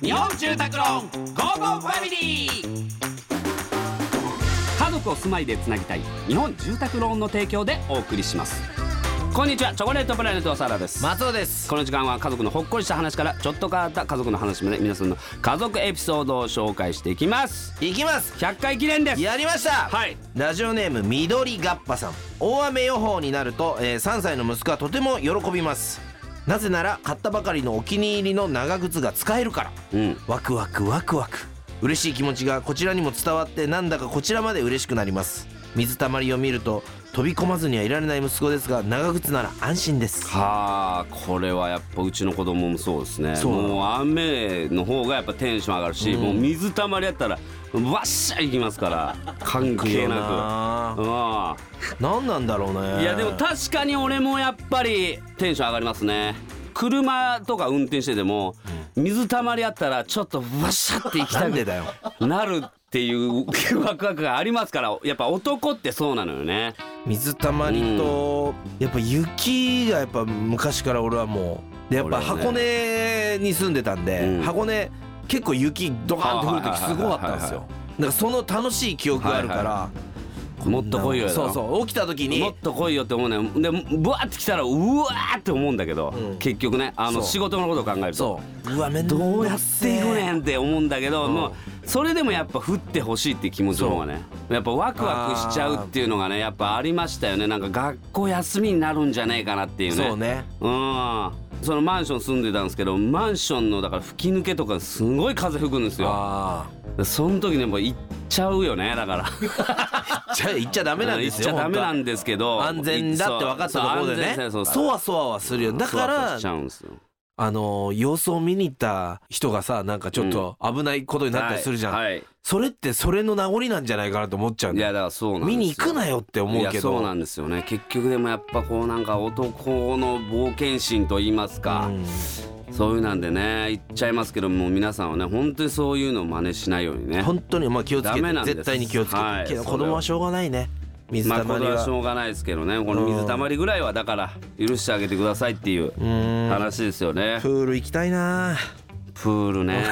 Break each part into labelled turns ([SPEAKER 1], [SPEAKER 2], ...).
[SPEAKER 1] 日本住宅ローンゴーゴーファミリー家族を住まいでつなぎたい日本住宅ローンの提供でお送りしますこんにちはチョコレートプラネットサラです
[SPEAKER 2] 松尾です
[SPEAKER 1] この時間は家族のほっこりした話からちょっと変わった家族の話まで皆さんの家族エピソードを紹介していきます
[SPEAKER 2] いきます
[SPEAKER 1] 100回記念です
[SPEAKER 2] やりました
[SPEAKER 1] はい
[SPEAKER 2] ラジオネーム緑ガッパさん大雨予報になると、えー3歳の息子はとても喜びますなぜなら買ったばかりのお気に入りの長靴が使えるから
[SPEAKER 1] うん
[SPEAKER 2] ワクワクワクワク嬉しい気持ちがこちらにも伝わってなんだかこちらまで嬉しくなります水たまりを見ると飛び込まずにはいられない息子ですが長靴なら安心です
[SPEAKER 1] はあこれはやっぱうちの子供もそうですね
[SPEAKER 2] そうなの
[SPEAKER 1] もう雨の方がやっぱテンション上がるし、もう水たまりやったらわっしゃいきますから関係なく
[SPEAKER 2] な
[SPEAKER 1] うん
[SPEAKER 2] 何なんだろうね
[SPEAKER 1] いやでも確かに俺もやっぱりテンション上がりますね車とか運転してても水たまりあったらちょっとわっしゃって行き
[SPEAKER 2] な
[SPEAKER 1] た
[SPEAKER 2] ん
[SPEAKER 1] く
[SPEAKER 2] でだよ
[SPEAKER 1] なるっていう ワクワクがありますからやっぱ男ってそうなのよね
[SPEAKER 2] 水たまりと、やっぱ雪がやっぱ昔から俺はもうでやっぱ
[SPEAKER 1] 俺はね
[SPEAKER 2] 箱根に住んでたんで、
[SPEAKER 1] うん
[SPEAKER 2] 箱根結構雪ドカンって降る時すごかったんで
[SPEAKER 1] はいはいはいは
[SPEAKER 2] すよ
[SPEAKER 1] いはい
[SPEAKER 2] だからその楽しい記憶があるから、
[SPEAKER 1] もっと来いよよ
[SPEAKER 2] そうそう起きた時に
[SPEAKER 1] もっと来いよって思うねでブワーって来たらうわーって思うんだけど、
[SPEAKER 2] うん
[SPEAKER 1] 結局ねあの
[SPEAKER 2] そう
[SPEAKER 1] 仕事のことを考えると
[SPEAKER 2] そううわ面倒
[SPEAKER 1] どうやっていくねんって思うんだけど、
[SPEAKER 2] うん
[SPEAKER 1] もうそれでもやっぱ降ってほしいって気持ちの方がねやっぱワクワクしちゃうっていうのがねやっぱありましたよねなんか学校休みになるんじゃないかなっていうね
[SPEAKER 2] そうね
[SPEAKER 1] うんそのマンション住んでたんですけどマンションのだから吹き抜けとかすごい風吹くんですよ
[SPEAKER 2] あ
[SPEAKER 1] その時にもう行っちゃうよねだから
[SPEAKER 2] あじゃあ行っちゃダメなんですよ
[SPEAKER 1] 行っちゃダメなんですけど
[SPEAKER 2] 本当は安全だって分かったところでね
[SPEAKER 1] そう安全そうそう
[SPEAKER 2] そわそわはするよだか
[SPEAKER 1] そわそわ
[SPEAKER 2] ら
[SPEAKER 1] しちゃうんですよ
[SPEAKER 2] あの様子を見に行った人がさなんかちょっと危ないことになったりするじゃん、
[SPEAKER 1] はいはい
[SPEAKER 2] それってそれの名残なんじゃないかなと思っちゃうん
[SPEAKER 1] い
[SPEAKER 2] だ
[SPEAKER 1] や
[SPEAKER 2] よ
[SPEAKER 1] だからそうなんです
[SPEAKER 2] 見
[SPEAKER 1] よ
[SPEAKER 2] に行くなよって思う
[SPEAKER 1] い
[SPEAKER 2] け
[SPEAKER 1] や
[SPEAKER 2] ど
[SPEAKER 1] そうなんですよね結局でもやっぱこうなんか男の冒険心と言いますか、
[SPEAKER 2] うん
[SPEAKER 1] そういうなんでね言っちゃいますけども皆さんはね本当にそういうのを真似しないようにね
[SPEAKER 2] 本当にまあ気をつけ
[SPEAKER 1] ダメ
[SPEAKER 2] て
[SPEAKER 1] なんです
[SPEAKER 2] 絶対に気をつけて、
[SPEAKER 1] はい
[SPEAKER 2] けど
[SPEAKER 1] それ
[SPEAKER 2] 子
[SPEAKER 1] は
[SPEAKER 2] 供はしょうがないね水
[SPEAKER 1] まあ
[SPEAKER 2] たま
[SPEAKER 1] こ
[SPEAKER 2] り
[SPEAKER 1] れ
[SPEAKER 2] は、
[SPEAKER 1] はしょうがないですけどねこの水たまりぐらいはだから許してあげてくださいっていう
[SPEAKER 2] うーん
[SPEAKER 1] 話ですよね
[SPEAKER 2] プール行きたいな
[SPEAKER 1] プール ね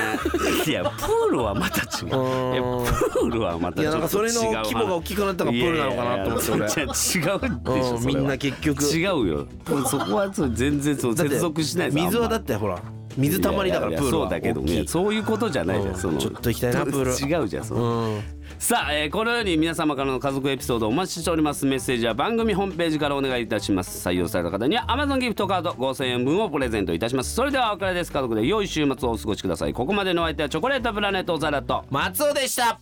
[SPEAKER 1] いやプールはまた違う
[SPEAKER 2] うん
[SPEAKER 1] いやプールはまた
[SPEAKER 2] い
[SPEAKER 1] ちょ
[SPEAKER 2] や
[SPEAKER 1] っ
[SPEAKER 2] な
[SPEAKER 1] と違
[SPEAKER 2] ん
[SPEAKER 1] う
[SPEAKER 2] かそれの規模が大きくなったからプールなのかなと思って俺
[SPEAKER 1] いやいやいや違うでしょ
[SPEAKER 2] うん
[SPEAKER 1] それ
[SPEAKER 2] み
[SPEAKER 1] は
[SPEAKER 2] んな結局
[SPEAKER 1] 違うよそこはそう全然そう
[SPEAKER 2] だって
[SPEAKER 1] 接続しないです
[SPEAKER 2] 水は
[SPEAKER 1] あんま
[SPEAKER 2] だってほら水たまりだから
[SPEAKER 1] い
[SPEAKER 2] プ
[SPEAKER 1] やいや
[SPEAKER 2] ール
[SPEAKER 1] そ
[SPEAKER 2] は
[SPEAKER 1] うだけど
[SPEAKER 2] 大きい
[SPEAKER 1] ねそういうことじゃないじゃん、
[SPEAKER 2] うん
[SPEAKER 1] その
[SPEAKER 2] ちょっと行きたい なプール
[SPEAKER 1] 違うじゃんその、
[SPEAKER 2] うん
[SPEAKER 1] さあ、えーこのように皆様からの家族エピソードをお待ちしておりますメッセージは番組ホームページからお願いいたします採用された方には Amazon ギフトカード5000円分をプレゼントいたしますそれではお別れです家族で良い週末をお過ごしくださいここまでのお相手はチョコレートプラネットオザラット
[SPEAKER 2] 松尾でした